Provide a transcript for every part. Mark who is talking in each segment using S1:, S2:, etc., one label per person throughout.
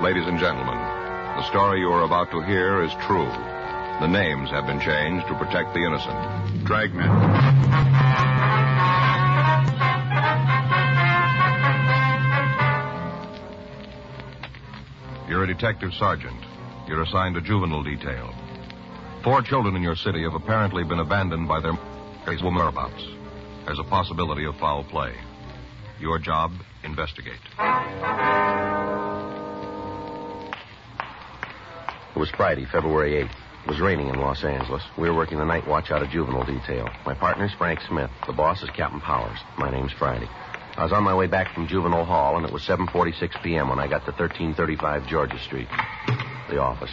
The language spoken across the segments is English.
S1: Ladies and gentlemen, the story you are about to hear is true. The names have been changed to protect the innocent. Dragnet. You're a detective sergeant. You're assigned to juvenile detail. Four children in your city have apparently been abandoned by their mother's whereabouts. There's a possibility of foul play. Your job, investigate.
S2: It was Friday, February 8th. It was raining in Los Angeles. We were working the night watch out of juvenile detail. My partner's Frank Smith. The boss is Captain Powers. My name's Friday. I was on my way back from juvenile hall, and it was 7.46 p.m. when I got to 1335 Georgia Street. The office.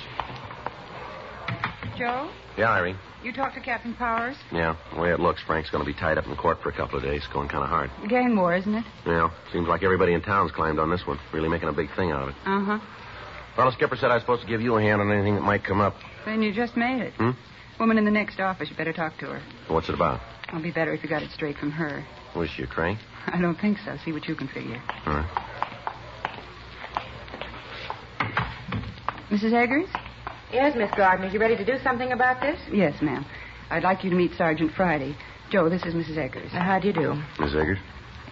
S3: Joe,
S2: Yeah, Irene.
S3: you talked to Captain Powers?
S2: Yeah, the way it looks, Frank's going to be tied up in court for a couple of days. Going kind of hard.
S3: Gang war, isn't it?
S2: Yeah, seems like everybody in town's climbed on this one. Really making a big thing out of it.
S3: Uh huh.
S2: Well, the skipper said I was supposed to give you a hand on anything that might come up.
S3: Then you just made it.
S2: Hmm?
S3: Woman in the next office. You better talk to her.
S2: What's it about?
S3: It'll be better if you got it straight from her.
S2: Was she a crank?
S3: I don't think so. See what you can figure.
S2: All right.
S3: Mrs. Eggers?
S4: Yes, Miss Gardner, you ready to do something about this?
S3: Yes, ma'am. I'd like you to meet Sergeant Friday. Joe, this is Mrs. Eggers.
S4: Uh, How do you do?
S2: Miss Eggers?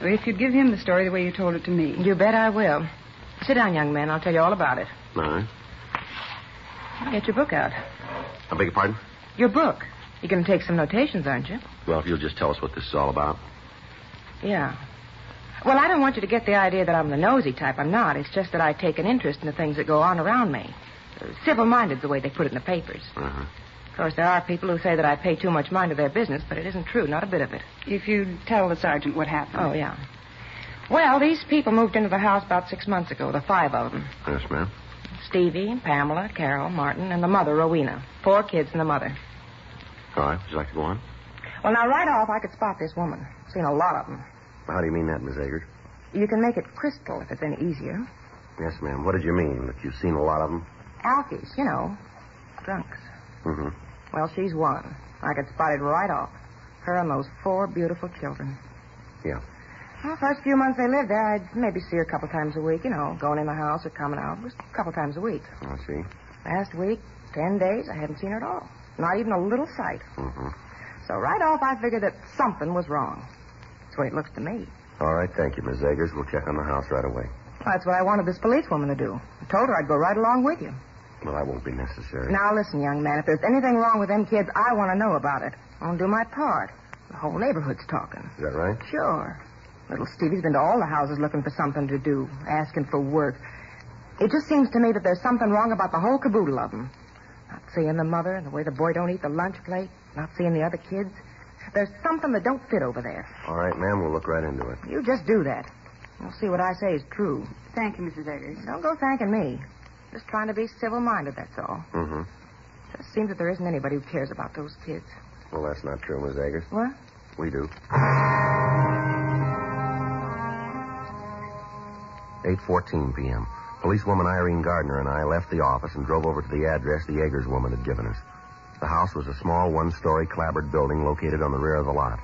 S3: If you'd give him the story the way you told it to me.
S4: You bet I will. Sit down, young man. I'll tell you all about it.
S2: All right.
S3: Get your book out.
S2: I beg your pardon?
S4: Your book. You're going to take some notations, aren't you?
S2: Well, if you'll just tell us what this is all about.
S4: Yeah. Well, I don't want you to get the idea that I'm the nosy type. I'm not. It's just that I take an interest in the things that go on around me. Civil minded's the way they put it in the papers.
S2: Uh-huh.
S4: Of course, there are people who say that I pay too much mind to their business, but it isn't true, not a bit of it.
S3: If you'd tell the sergeant what happened.
S4: Oh, yeah. Well, these people moved into the house about six months ago, the five of them.
S2: Yes, ma'am.
S4: Stevie, Pamela, Carol, Martin, and the mother, Rowena. Four kids and the mother.
S2: All right. Would you like to go on?
S4: Well, now, right off, I could spot this woman. Seen a lot of them.
S2: How do you mean that, Miss Eggers?
S4: You can make it crystal if it's any easier.
S2: Yes, ma'am. What did you mean? That you've seen a lot of them?
S4: Alkies, you know. Drunks.
S2: Mm-hmm.
S4: Well, she's one. I could spot it right off. Her and those four beautiful children.
S2: Yeah.
S4: Well, first few months they lived there, I'd maybe see her a couple times a week, you know, going in the house or coming out, just a couple times a week.
S2: I see.
S4: Last week, ten days, I hadn't seen her at all. Not even a little sight.
S2: Mm-hmm.
S4: So right off, I figured that something was wrong. That's the way it looks to me.
S2: All right. Thank you, Miss Eggers. We'll check on the house right away.
S4: Well, that's what I wanted this policewoman to do. I told her I'd go right along with you.
S2: Well, that won't be necessary.
S4: Now, listen, young man, if there's anything wrong with them kids, I want to know about it. I'll do my part. The whole neighborhood's talking.
S2: Is that right?
S4: Sure. Little Stevie's been to all the houses looking for something to do, asking for work. It just seems to me that there's something wrong about the whole caboodle of them. Not seeing the mother and the way the boy don't eat the lunch plate, not seeing the other kids. There's something that don't fit over there.
S2: All right, ma'am. We'll look right into it.
S4: You just do that. You'll see what I say is true.
S3: Thank you, Mrs. Eggers.
S4: Don't go thanking me. Just trying to be civil-minded, that's all.
S2: Mm-hmm.
S4: Just seems that there isn't anybody who cares about those kids.
S2: Well, that's not true, Miss Eggers.
S4: What?
S2: We do. 8.14 p.m. Policewoman Irene Gardner and I left the office and drove over to the address the Eggers woman had given us. The house was a small one-story clapboard building located on the rear of the lot.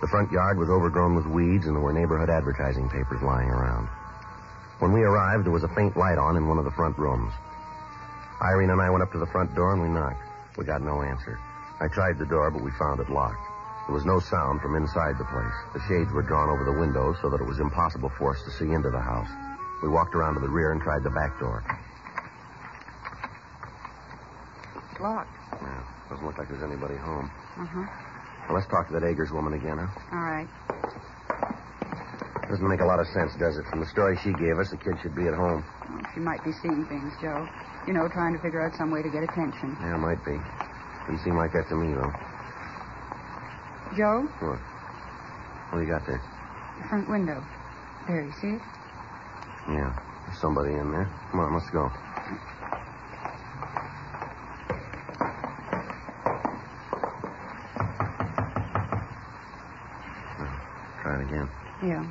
S2: The front yard was overgrown with weeds and there were neighborhood advertising papers lying around. When we arrived, there was a faint light on in one of the front rooms. Irene and I went up to the front door and we knocked. We got no answer. I tried the door, but we found it locked. There was no sound from inside the place. The shades were drawn over the windows so that it was impossible for us to see into the house. We walked around to the rear and tried the back door.
S5: It's locked.
S2: Yeah, doesn't look like there's anybody home.
S3: Uh huh.
S2: Well, let's talk to that Agers woman again, huh?
S3: All right.
S2: Doesn't make a lot of sense, does it? From the story she gave us, the kid should be at home.
S3: Well, she might be seeing things, Joe. You know, trying to figure out some way to get attention.
S2: Yeah, might be. Didn't seem like that to me, though.
S3: Joe,
S2: What? What do you got there?
S3: the front window. There, you see it?
S2: Yeah, there's somebody in there. Come on, let's go. Well, Try it again.
S3: Yeah.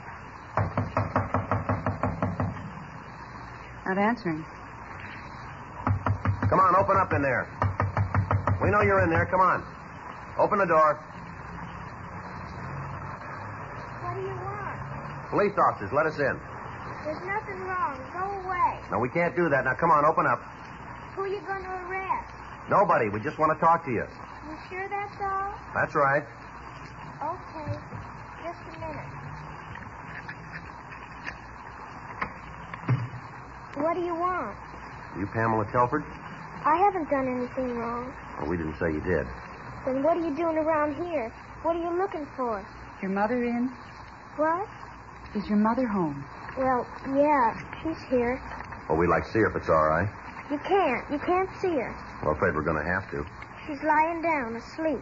S3: Not answering.
S2: Come on, open up in there. We know you're in there. Come on. Open the door.
S6: What do you want?
S2: Police officers, let us in.
S6: There's nothing wrong. Go away.
S2: No, we can't do that. Now, come on, open up.
S6: Who you going to arrest?
S2: Nobody. We just want to talk to you.
S6: You sure that's all?
S2: That's right.
S6: Okay. Just a minute. What do you want?
S2: You Pamela Telford?
S6: I haven't done anything wrong.
S2: Well, we didn't say you did.
S6: Then what are you doing around here? What are you looking for?
S3: Your mother in?
S6: What?
S3: Is your mother home?
S6: Well, yeah, she's here.
S2: Well, we'd like to see her if it's all right.
S6: You can't. You can't see her.
S2: Well, I'm afraid we're going to have to.
S6: She's lying down asleep.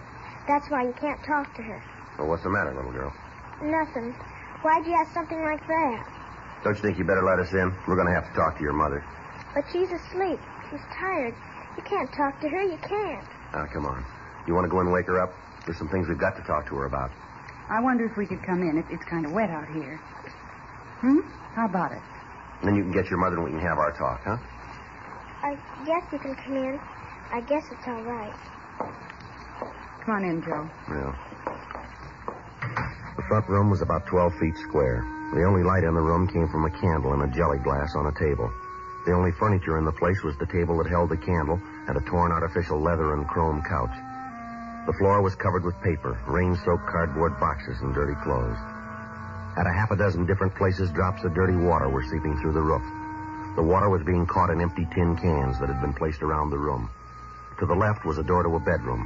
S6: That's why you can't talk to her.
S2: Well, what's the matter, little girl?
S6: Nothing. Why'd you have something like that?
S2: Don't you think you better let us in? We're going to have to talk to your mother.
S6: But she's asleep. She's tired. You can't talk to her. You can't.
S2: Now, Ah, come on. You want to go and wake her up? There's some things we've got to talk to her about.
S3: I wonder if we could come in. It, it's kind of wet out here. Hmm? How about it?
S2: And then you can get your mother and we can have our talk, huh?
S6: I guess you can come in. I guess it's all right.
S3: Come on in, Joe.
S2: Yeah. The front room was about 12 feet square. The only light in the room came from a candle in a jelly glass on a table. The only furniture in the place was the table that held the candle and a torn artificial leather and chrome couch. The floor was covered with paper, rain-soaked cardboard boxes, and dirty clothes. At a half a dozen different places, drops of dirty water were seeping through the roof. The water was being caught in empty tin cans that had been placed around the room. To the left was a door to a bedroom.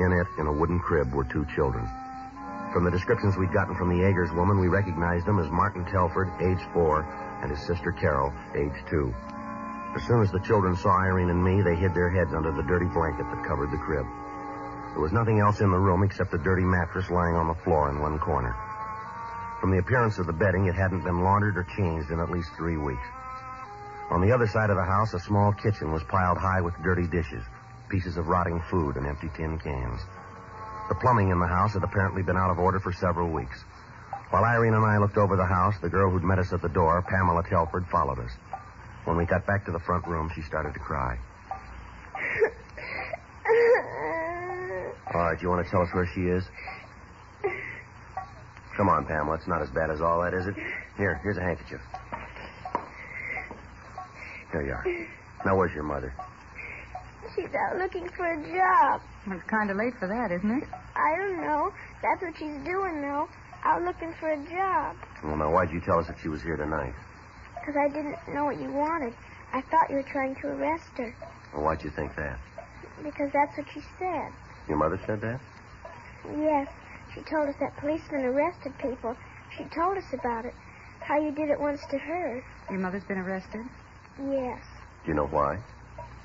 S2: In it, in a wooden crib, were two children. From the descriptions we'd gotten from the Agers woman, we recognized them as Martin Telford, age four, and his sister Carol, age two. As soon as the children saw Irene and me, they hid their heads under the dirty blanket that covered the crib. There was nothing else in the room except a dirty mattress lying on the floor in one corner. From the appearance of the bedding, it hadn't been laundered or changed in at least three weeks. On the other side of the house, a small kitchen was piled high with dirty dishes, pieces of rotting food, and empty tin cans. The plumbing in the house had apparently been out of order for several weeks. While Irene and I looked over the house, the girl who'd met us at the door, Pamela Telford, followed us. When we got back to the front room, she started to cry. All right, you want to tell us where she is? Come on, Pamela. It's not as bad as all that, is it? Here, here's a handkerchief. There you are. Now, where's your mother?
S6: She's out looking for a job.
S3: Well, it's kind of late for that, isn't it?
S6: I don't know. That's what she's doing, though. Out looking for a job.
S2: Well, now, why'd you tell us that she was here tonight?
S6: Because I didn't know what you wanted. I thought you were trying to arrest her.
S2: Well, why'd you think that?
S6: Because that's what she said.
S2: Your mother said that?
S6: Yes. She told us that policemen arrested people. She told us about it. How you did it once to her.
S3: Your mother's been arrested?
S6: Yes.
S2: Do you know why?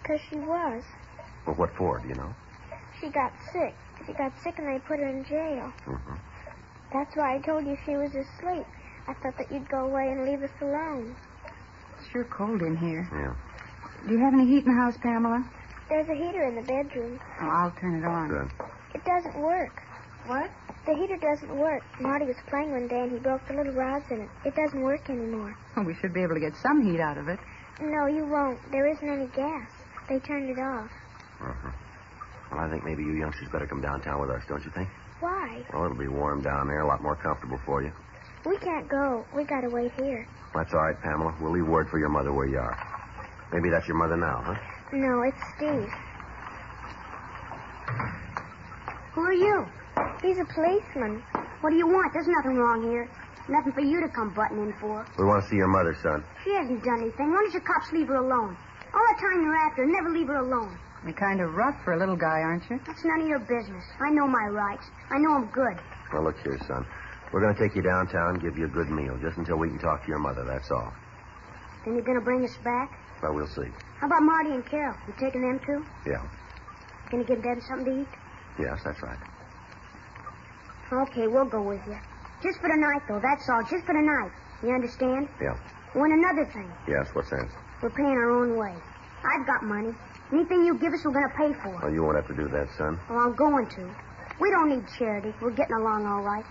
S6: Because she was.
S2: Well, what for, do you know?
S6: She got sick. She got sick and they put her in jail.
S2: Mm-hmm.
S6: That's why I told you she was asleep. I thought that you'd go away and leave us alone.
S3: It's sure cold in here.
S2: Yeah.
S3: Do you have any heat in the house, Pamela?
S6: There's a heater in the bedroom.
S3: Oh, I'll turn it on.
S2: Good.
S6: It doesn't work.
S3: What?
S6: The heater doesn't work. Marty was playing one day and he broke the little rods in it. It doesn't work anymore.
S3: Well, we should be able to get some heat out of it.
S6: No, you won't. There isn't any gas. They turned it off.
S2: Mm-hmm. Well, I think maybe you youngsters better come downtown with us, don't you think?
S6: Why?
S2: Well, it'll be warm down there, a lot more comfortable for you.
S6: We can't go. We gotta wait here.
S2: That's all right, Pamela. We'll leave word for your mother where you are. Maybe that's your mother now, huh?
S6: No, it's Steve. Who are you?
S7: He's a policeman.
S6: What do you want? There's nothing wrong here. Nothing for you to come butting in for.
S2: We want to see your mother, son.
S6: She hasn't done anything. Why don't you cops leave her alone? All the time you're after, never leave her alone.
S3: You're kind of rough for a little guy, aren't you?
S6: That's none of your business. I know my rights. I know I'm good.
S2: Now, look here, son. We're going to take you downtown, give you a good meal, just until we can talk to your mother, that's all.
S6: Then you're gonna bring us back?
S2: But we'll see.
S6: How about Marty and Carol? You taking them too?
S2: Yeah.
S6: Gonna give them something to eat?
S2: Yes, that's right.
S6: Okay, we'll go with you. Just for tonight, though. That's all. Just for tonight. You understand?
S2: Yeah.
S6: One another thing.
S2: Yes, what's that?
S6: We're paying our own way. I've got money. Anything you give us, we're gonna pay for.
S2: Well, you won't have to do that, son.
S6: Well, I'm going to. We don't need charity. We're getting along all right.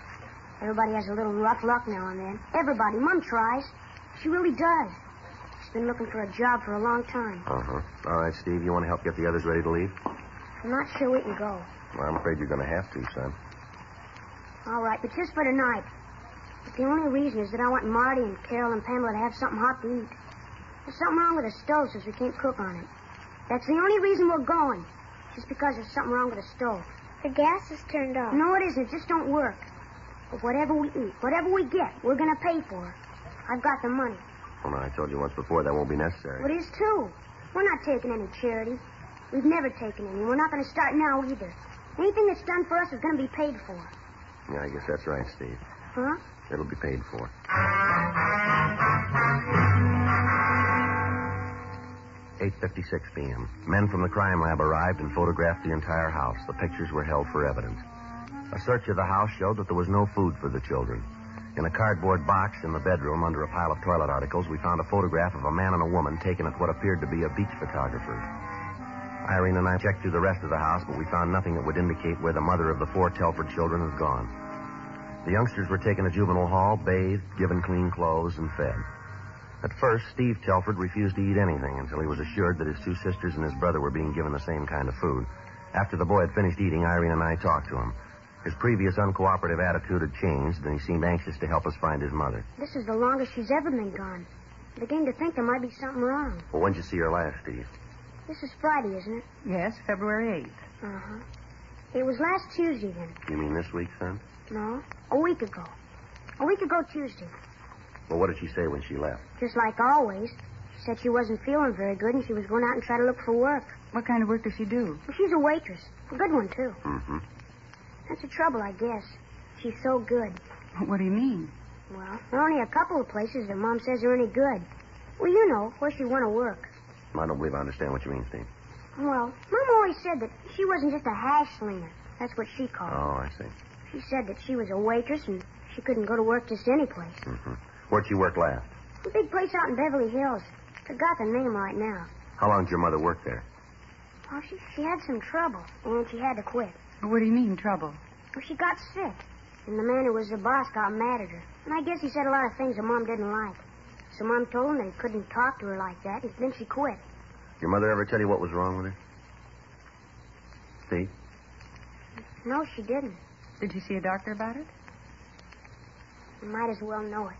S6: Everybody has a little rough luck now and then. Everybody. Mom tries. She really does. She's been looking for a job for a long time.
S2: Uh huh. All right, Steve, you want to help get the others ready to leave?
S6: I'm not sure we can go.
S2: Well, I'm afraid you're going to have to, son.
S6: All right, but just for tonight. But the only reason is that I want Marty and Carol and Pamela to have something hot to eat. There's something wrong with the stove since we can't cook on it. That's the only reason we're going. Just because there's something wrong with the stove.
S7: The gas is turned off.
S6: No, it isn't. It just don't work. But whatever we eat, whatever we get, we're going to pay for it. I've got the money.
S2: Well, I told you once before that won't be necessary.
S6: Well, it is too. We're not taking any charity. We've never taken any. We're not going to start now either. Anything that's done for us is going to be paid for.
S2: Yeah, I guess that's right, Steve.
S6: Huh?
S2: It'll be paid for. Eight fifty-six p.m. Men from the crime lab arrived and photographed the entire house. The pictures were held for evidence. A search of the house showed that there was no food for the children. In a cardboard box in the bedroom under a pile of toilet articles, we found a photograph of a man and a woman taken at what appeared to be a beach photographer. Irene and I checked through the rest of the house, but we found nothing that would indicate where the mother of the four Telford children had gone. The youngsters were taken to juvenile hall, bathed, given clean clothes, and fed. At first, Steve Telford refused to eat anything until he was assured that his two sisters and his brother were being given the same kind of food. After the boy had finished eating, Irene and I talked to him. His previous uncooperative attitude had changed, and he seemed anxious to help us find his mother.
S6: This is the longest she's ever been gone. I begin to think there might be something wrong.
S2: Well, when'd you see her last, Steve?
S6: This is Friday, isn't it?
S3: Yes, February 8th.
S6: Uh huh. It was last Tuesday then.
S2: You mean this week, son?
S6: No, a week ago. A week ago Tuesday.
S2: Well, what did she say when she left?
S6: Just like always. She said she wasn't feeling very good and she was going out and try to look for work.
S3: What kind of work does she do?
S6: Well, she's a waitress. A good one, too.
S2: Mm-hmm.
S6: That's the trouble, I guess. She's so good.
S3: What do you mean?
S6: Well, there are only a couple of places that Mom says are any good. Well, you know, where she want to work.
S2: I don't believe I understand what you mean, Steve.
S6: Well, Mom always said that she wasn't just a hash slinger. That's what she
S2: Oh,
S6: called
S2: I
S6: it.
S2: see.
S6: She said that she was a waitress and she couldn't go to work just any place.
S2: Mm-hmm. Where'd she work last?
S6: A big place out in Beverly Hills. Forgot the name right now.
S2: How long did your mother work there?
S6: Well, she, she had some trouble, and she had to quit.
S3: What do you mean, trouble?
S6: Well, she got sick, and the man who was the boss got mad at her. And I guess he said a lot of things that Mom didn't like. So Mom told him that he couldn't talk to her like that, and then she quit.
S2: Your mother ever tell you what was wrong with her? Steve?
S6: No, she didn't.
S3: Did you see a doctor about it?
S6: You might as well know it.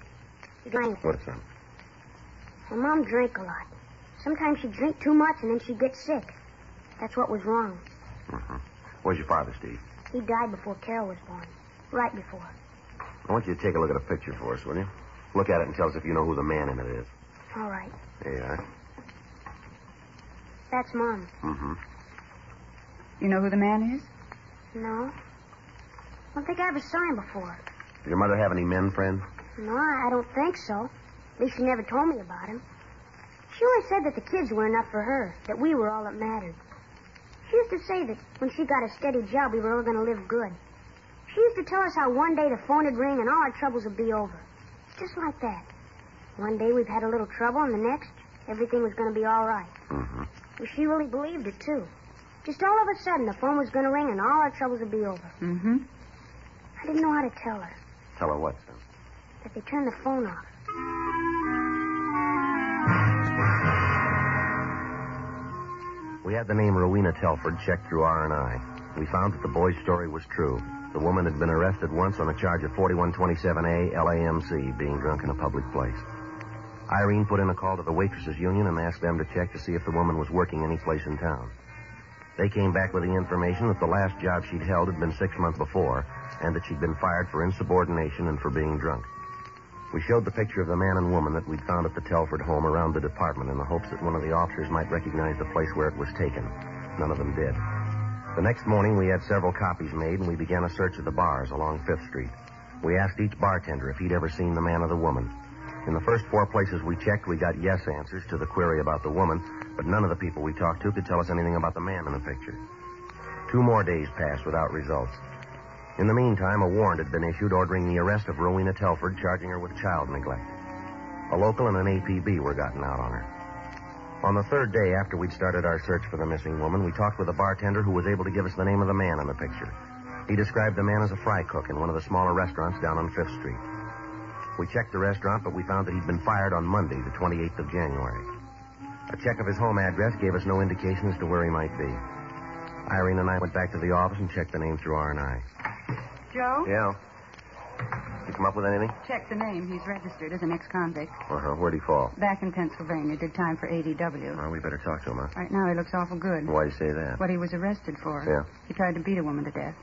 S6: She drank.
S2: What's wrong?
S6: Her mom drank a lot. Sometimes she'd drink too much, and then she'd get sick. That's what was wrong.
S2: Mm-hmm. Where's your father, Steve?
S6: He died before Carol was born. Right before.
S2: I want you to take a look at a picture for us, will you? Look at it and tell us if you know who the man in it is.
S6: All right.
S2: There you are.
S6: That's Mom.
S2: Mm-hmm.
S3: You know who the man is?
S6: No. I don't think I ever saw him before.
S2: Did your mother have any men friends?
S6: No, I I don't think so. At least she never told me about him. She always said that the kids were enough for her, that we were all that mattered. She used to say that when she got a steady job, we were all going to live good. She used to tell us how one day the phone would ring and all our troubles would be over. Just like that. One day we've had a little trouble, and the next, everything was going to be all right.
S2: Mm-hmm.
S6: Well, she really believed it, too. Just all of a sudden, the phone was going to ring and all our troubles would be over.
S3: Mm-hmm.
S6: I didn't know how to tell her
S2: Tell her what, son?
S6: that they turned the phone off.
S2: We had the name Rowena Telford checked through R&I. We found that the boy's story was true. The woman had been arrested once on a charge of 4127A LAMC, being drunk in a public place. Irene put in a call to the waitresses union and asked them to check to see if the woman was working any place in town. They came back with the information that the last job she'd held had been six months before, and that she'd been fired for insubordination and for being drunk. We showed the picture of the man and woman that we'd found at the Telford home around the department in the hopes that one of the officers might recognize the place where it was taken. None of them did. The next morning, we had several copies made, and we began a search of the bars along Fifth Street. We asked each bartender if he'd ever seen the man or the woman. In the first four places we checked, we got yes answers to the query about the woman, but none of the people we talked to could tell us anything about the man in the picture. Two more days passed without results. In the meantime, a warrant had been issued ordering the arrest of Rowena Telford, charging her with child neglect. A local and an APB were gotten out on her. On the third day after we'd started our search for the missing woman, we talked with a bartender who was able to give us the name of the man in the picture. He described the man as a fry cook in one of the smaller restaurants down on Fifth Street. We checked the restaurant, but we found that he'd been fired on Monday, the 28th of January. A check of his home address gave us no indication as to where he might be. Irene and I went back to the office and checked the name through R&I.
S3: Joe?
S2: Yeah. You come up with anything?
S3: Check the name. He's registered as an ex-convict.
S2: Uh-huh. Where'd he fall?
S3: Back in Pennsylvania, did time for ADW.
S2: Well, we better talk to him, huh?
S3: Right now he looks awful good.
S2: Why do you say that?
S3: What he was arrested for.
S2: Yeah.
S3: He tried to beat a woman to death.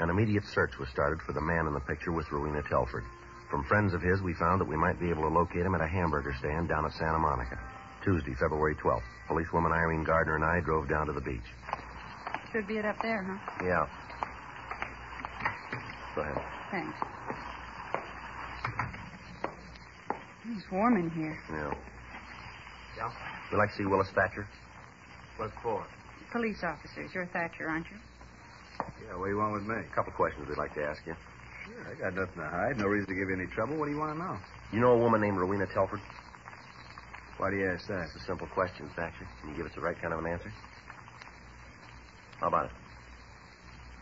S2: An immediate search was started for the man in the picture with Rowena Telford. From friends of his, we found that we might be able to locate him at a hamburger stand down at Santa Monica. Tuesday, February 12th, policewoman Irene Gardner and I drove down to the beach.
S3: Should be it up there, huh?
S2: Yeah. Go ahead.
S3: Thanks. It's warm in here.
S2: Yeah. Yeah? Would you like to see Willis Thatcher? What for?
S3: Police officers. You're Thatcher, aren't you?
S8: Yeah, what do you want with me?
S2: A couple questions we'd like to ask you.
S8: Sure, I got nothing to hide. No reason to give you any trouble. What do you want to know?
S2: You know a woman named Rowena Telford?
S8: Why do you ask that?
S2: That's a simple question, Thatcher. Can you give us the right kind of an answer? How about it?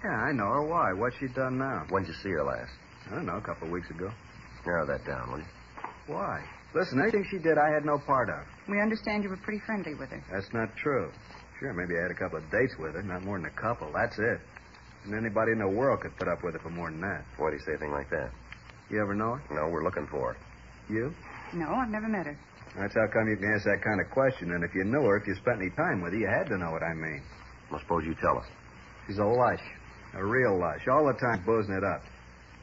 S8: Yeah, I know her. Why? What's she done now?
S2: When did you see her last?
S8: I don't know, a couple of weeks ago.
S2: Narrow that down, will you?
S8: Why? Listen, anything she did, I had no part of.
S3: We understand you were pretty friendly with her.
S8: That's not true. Sure, maybe I had a couple of dates with her, not more than a couple. That's it. And anybody in the world could put up with her for more than that.
S2: Why do you say a thing like that?
S8: You ever know her?
S2: No, we're looking for her.
S8: You?
S3: No, I've never met her.
S8: That's how come you can ask that kind of question. And if you knew her, if you spent any time with her, you had to know what I mean.
S2: Well, suppose you tell us.
S8: She's a lush, a real lush, all the time boozing it up.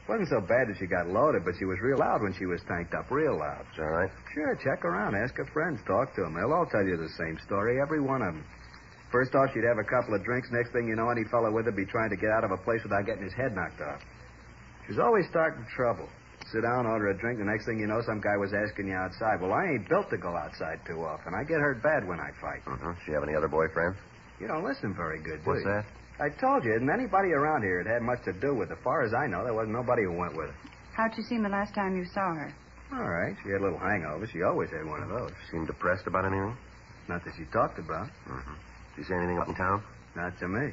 S8: Wasn't so bad that she got loaded, but she was real loud when she was tanked up, real loud.
S2: Is that right?
S8: Sure, check around, ask her friends, talk to them. They'll all tell you the same story, every one of them. First off, she'd have a couple of drinks. Next thing you know, any fellow with her'd be trying to get out of a place without getting his head knocked off. She was always starting trouble. Sit down, order a drink. The next thing you know, some guy was asking you outside. Well, I ain't built to go outside too often. I get hurt bad when I fight.
S2: Mm-hmm. Does she have any other boyfriends?
S8: You don't listen very good, do
S2: What's
S8: you?
S2: that?
S8: I told you, isn't anybody around here that had much to do with it. As far as I know, there wasn't nobody who went with it.
S3: How'd she seem the last time you saw her?
S8: All right, she had a little hangover. She always had one of those.
S2: Seem depressed about anything?
S8: Not that she talked about.
S2: Mm-hmm. Did you say anything up in town?
S8: Not to me.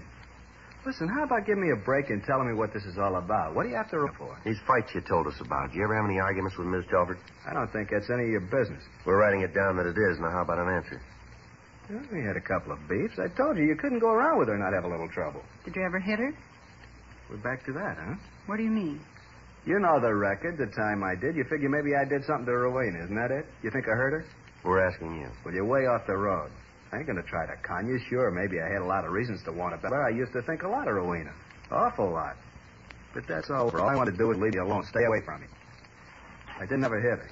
S8: Listen, how about giving me a break and telling me what this is all about? What do you have to root for?
S2: These fights you told us about. Do you ever have any arguments with Ms. Telford?
S8: I don't think that's any of your business.
S2: We're writing it down that it is. Now, how about an answer?
S8: Well, we had a couple of beefs. I told you, you couldn't go around with her and not have a little trouble.
S3: Did you ever hit her?
S8: We're back to that, huh?
S3: What do you mean?
S8: You know the record, the time I did. You figure maybe I did something to Rowena, isn't that it? You think I hurt her?
S2: We're asking you.
S8: Well, you're way off the road. I ain't gonna try to con you. Sure, maybe I had a lot of reasons to want it better. I used to think a lot of Rowena. Awful lot. But that's all. All I want to do is leave you alone. Stay away from me. I didn't ever hit her.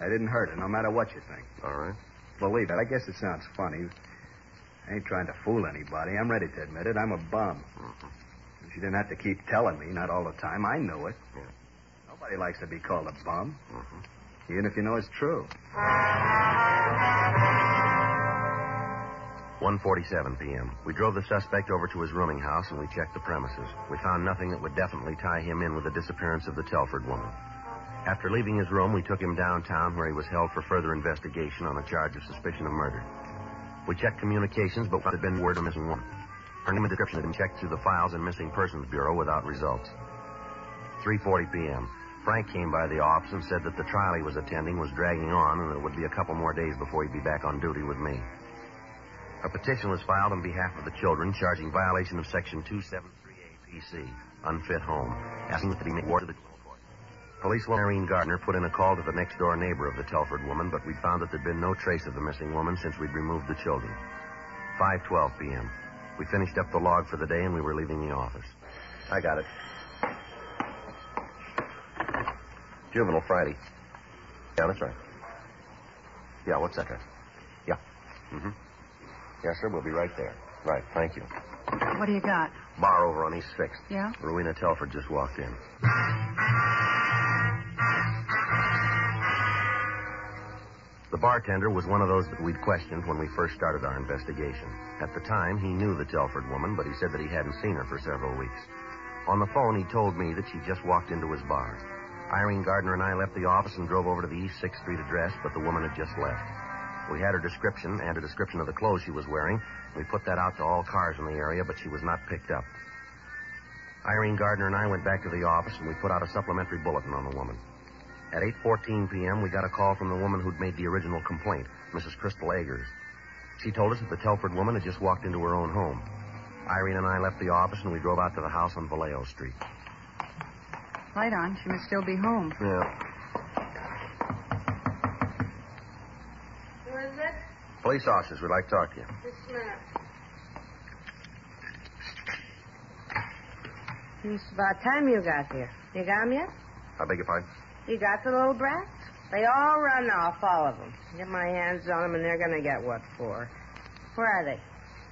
S8: I didn't hurt her, no matter what you think.
S2: All right.
S8: Believe it. I guess it sounds funny. I ain't trying to fool anybody. I'm ready to admit it. I'm a bum. She didn't have to keep telling me, not all the time. I knew it.
S2: Yeah.
S8: Nobody likes to be called a bum, even if you know it's true.
S2: 1.47 p.m. We drove the suspect over to his rooming house and we checked the premises. We found nothing that would definitely tie him in with the disappearance of the Telford woman. After leaving his room, we took him downtown where he was held for further investigation on a charge of suspicion of murder. We checked communications, but there had been word of missing woman. Her name and description had been checked through the files in Missing Persons Bureau without results. 3.40 p.m. Frank came by the office and said that the trial he was attending was dragging on and that it would be a couple more days before he'd be back on duty with me. A petition was filed on behalf of the children charging violation of Section 273A PC, unfit home, asking that he be awarded the criminal court. Policewoman Irene Gardner put in a call to the next door neighbor of the Telford woman, but we'd found that there'd been no trace of the missing woman since we'd removed the children. 5.12 p.m. We finished up the log for the day and we were leaving the office. I got it. Juvenile Friday. Yeah, that's right. Yeah, what's that? guy? Yeah. Mm-hmm. Yes, sir, we'll be right there. Right, thank you.
S3: What do you got?
S2: Bar over on East 6th.
S3: Yeah?
S2: Rowena Telford just walked in. The bartender was one of those that we'd questioned when we first started our investigation. At the time, he knew the Telford woman, but he said that he hadn't seen her for several weeks. On the phone, he told me that she just walked into his bar. Irene Gardner and I left the office and drove over to the East 6th Street address, but the woman had just left. We had her description and a description of the clothes she was wearing. We put that out to all cars in the area, but she was not picked up. Irene Gardner and I went back to the office and we put out a supplementary bulletin on the woman. At 8:14 p.m., we got a call from the woman who'd made the original complaint, Mrs. Crystal Eggers. She told us that the Telford woman had just walked into her own home. Irene and I left the office and we drove out to the house on Vallejo Street.
S3: Light on. She must still be home.
S2: Yeah.
S9: Who is it?
S2: Police officers would like to talk to you.
S9: This minute.
S4: It's about time you got here. You got 'em yet?
S2: I beg your pardon?
S4: You got the little brats? They all run off, all of 'em. Get my hands on 'em, and they're going to get what for. Where are they?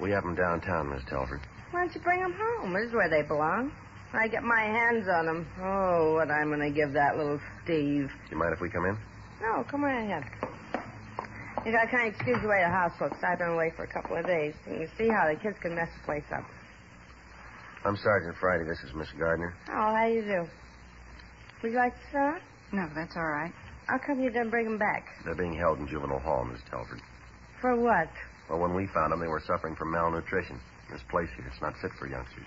S2: We have them downtown, Miss Telford.
S4: Why don't you bring 'em home? This is where they belong. I get my hands on 'em. Oh, what I'm going to give that little Steve.
S2: You mind if we come in?
S4: No, come right ahead. You got kind of excuse the way the house looks. I've been away for a couple of days, and you see how the kids can mess the place up.
S2: I'm Sergeant Friday. This is Miss Gardner.
S4: Oh, how do you do? Would you like to sit down?
S3: No, that's all right.
S4: How come you didn't bring 'em back?
S2: They're being held in juvenile hall, Miss Telford.
S4: For what?
S2: Well, when we found them, they were suffering from malnutrition. This place here, it's not fit for youngsters.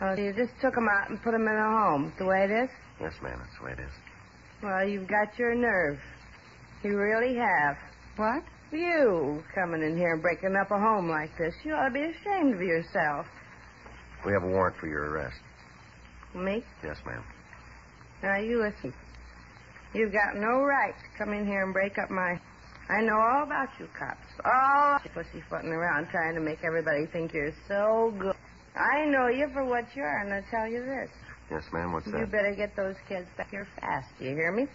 S4: Oh, you just took 'em out and put 'em in a home, the way it is?
S2: Yes, ma'am, that's the way it is.
S4: Well, you've got your nerve. You really have.
S3: What?
S4: You coming in here and breaking up a home like this. You ought to be ashamed of yourself.
S2: We have a warrant for your arrest.
S4: Me?
S2: Yes, ma'am.
S4: Now, you listen. You've got no right to come in here and break up my. I know all about you cops. All you pussyfooting around trying to make everybody think you're so good. I know you for what you are, and I tell you this.
S2: Yes, ma'am, what's
S4: You
S2: that?
S4: better get those kids back here fast. Do you hear me?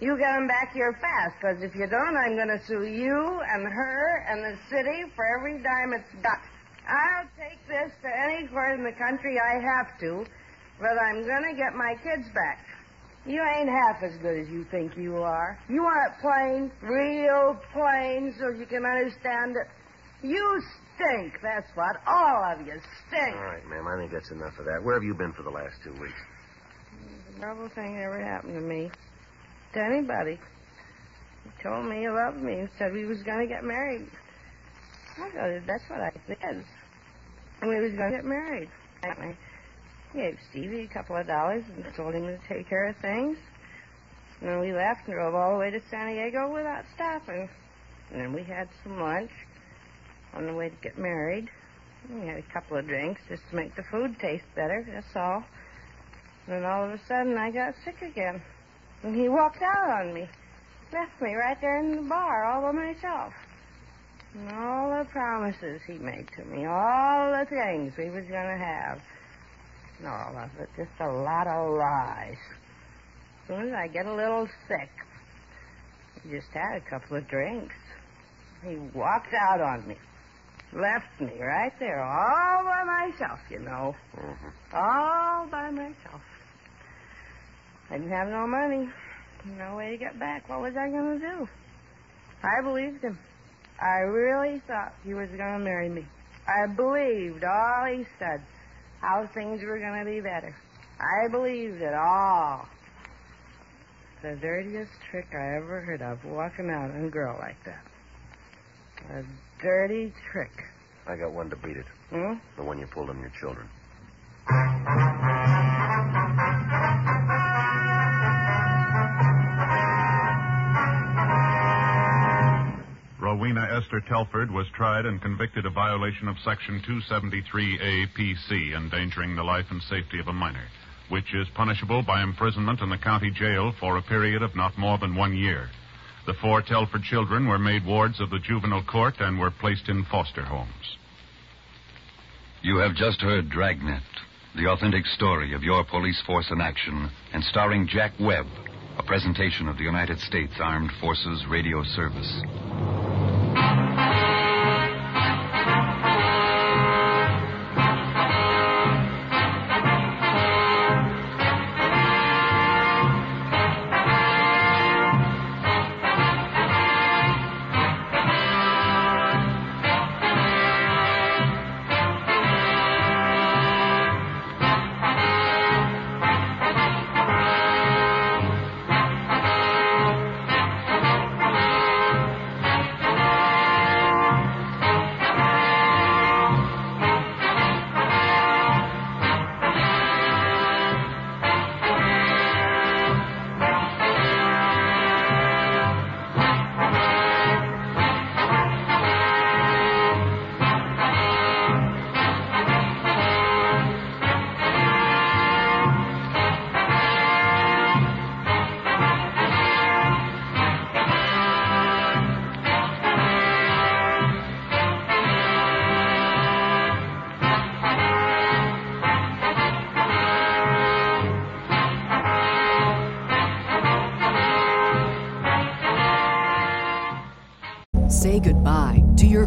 S4: You get 'em back here fast, 'cause if you don't, I'm going to sue you and her and the city for every dime it's got. I'll take this to any court in the country I have to, but I'm going to get my kids back. You ain't half as good as you think you are. You want it plain, real plain, so you can understand it. You stink, that's what. All of you stink.
S2: All right, ma'am, I think that's enough of that. Where have you been for the last two weeks?
S4: terrible thing ever happened to me. To anybody. He told me he loved me and said we was going to get married. I go, that's what I said. And we was going to get married. And I gave Stevie a couple of dollars and told him to take care of things. And then we left and drove all the way to San Diego without stopping. And then we had some lunch on the way to get married. We had a couple of drinks just to make the food taste better, that's all. And then all of a sudden, I got sick again. And he walked out on me. Left me right there in the bar all by myself. And all the promises he made to me, all the things we was going to have. And all of it, just a lot of lies. As soon as I get a little sick, he just had a couple of drinks. He walked out on me. Left me right there all by myself, you know.
S2: Mm-hmm.
S4: All by myself. I didn't have no money. No way to get back. What was I going to do? I believed him. I really thought he was going to marry me. I believed all he said, how things were going to be better. I believed it all. The dirtiest trick I ever heard of, walking out on a girl like that. A dirty trick.
S2: I got one to beat it.
S4: Hmm?
S2: The one you pulled on your children.
S10: Rowena Esther Telford was tried and convicted of violation of Section 273A PC, endangering the life and safety of a minor.
S11: which is punishable by imprisonment in the county jail for a period of not more than one year. The four Telford children were made wards of the juvenile court and were placed in foster homes.
S1: You have just heard Dragnet, the authentic story of your police force in action, and starring Jack Webb, a presentation of the United States Armed Forces Radio Service.
S12: Say goodbye to your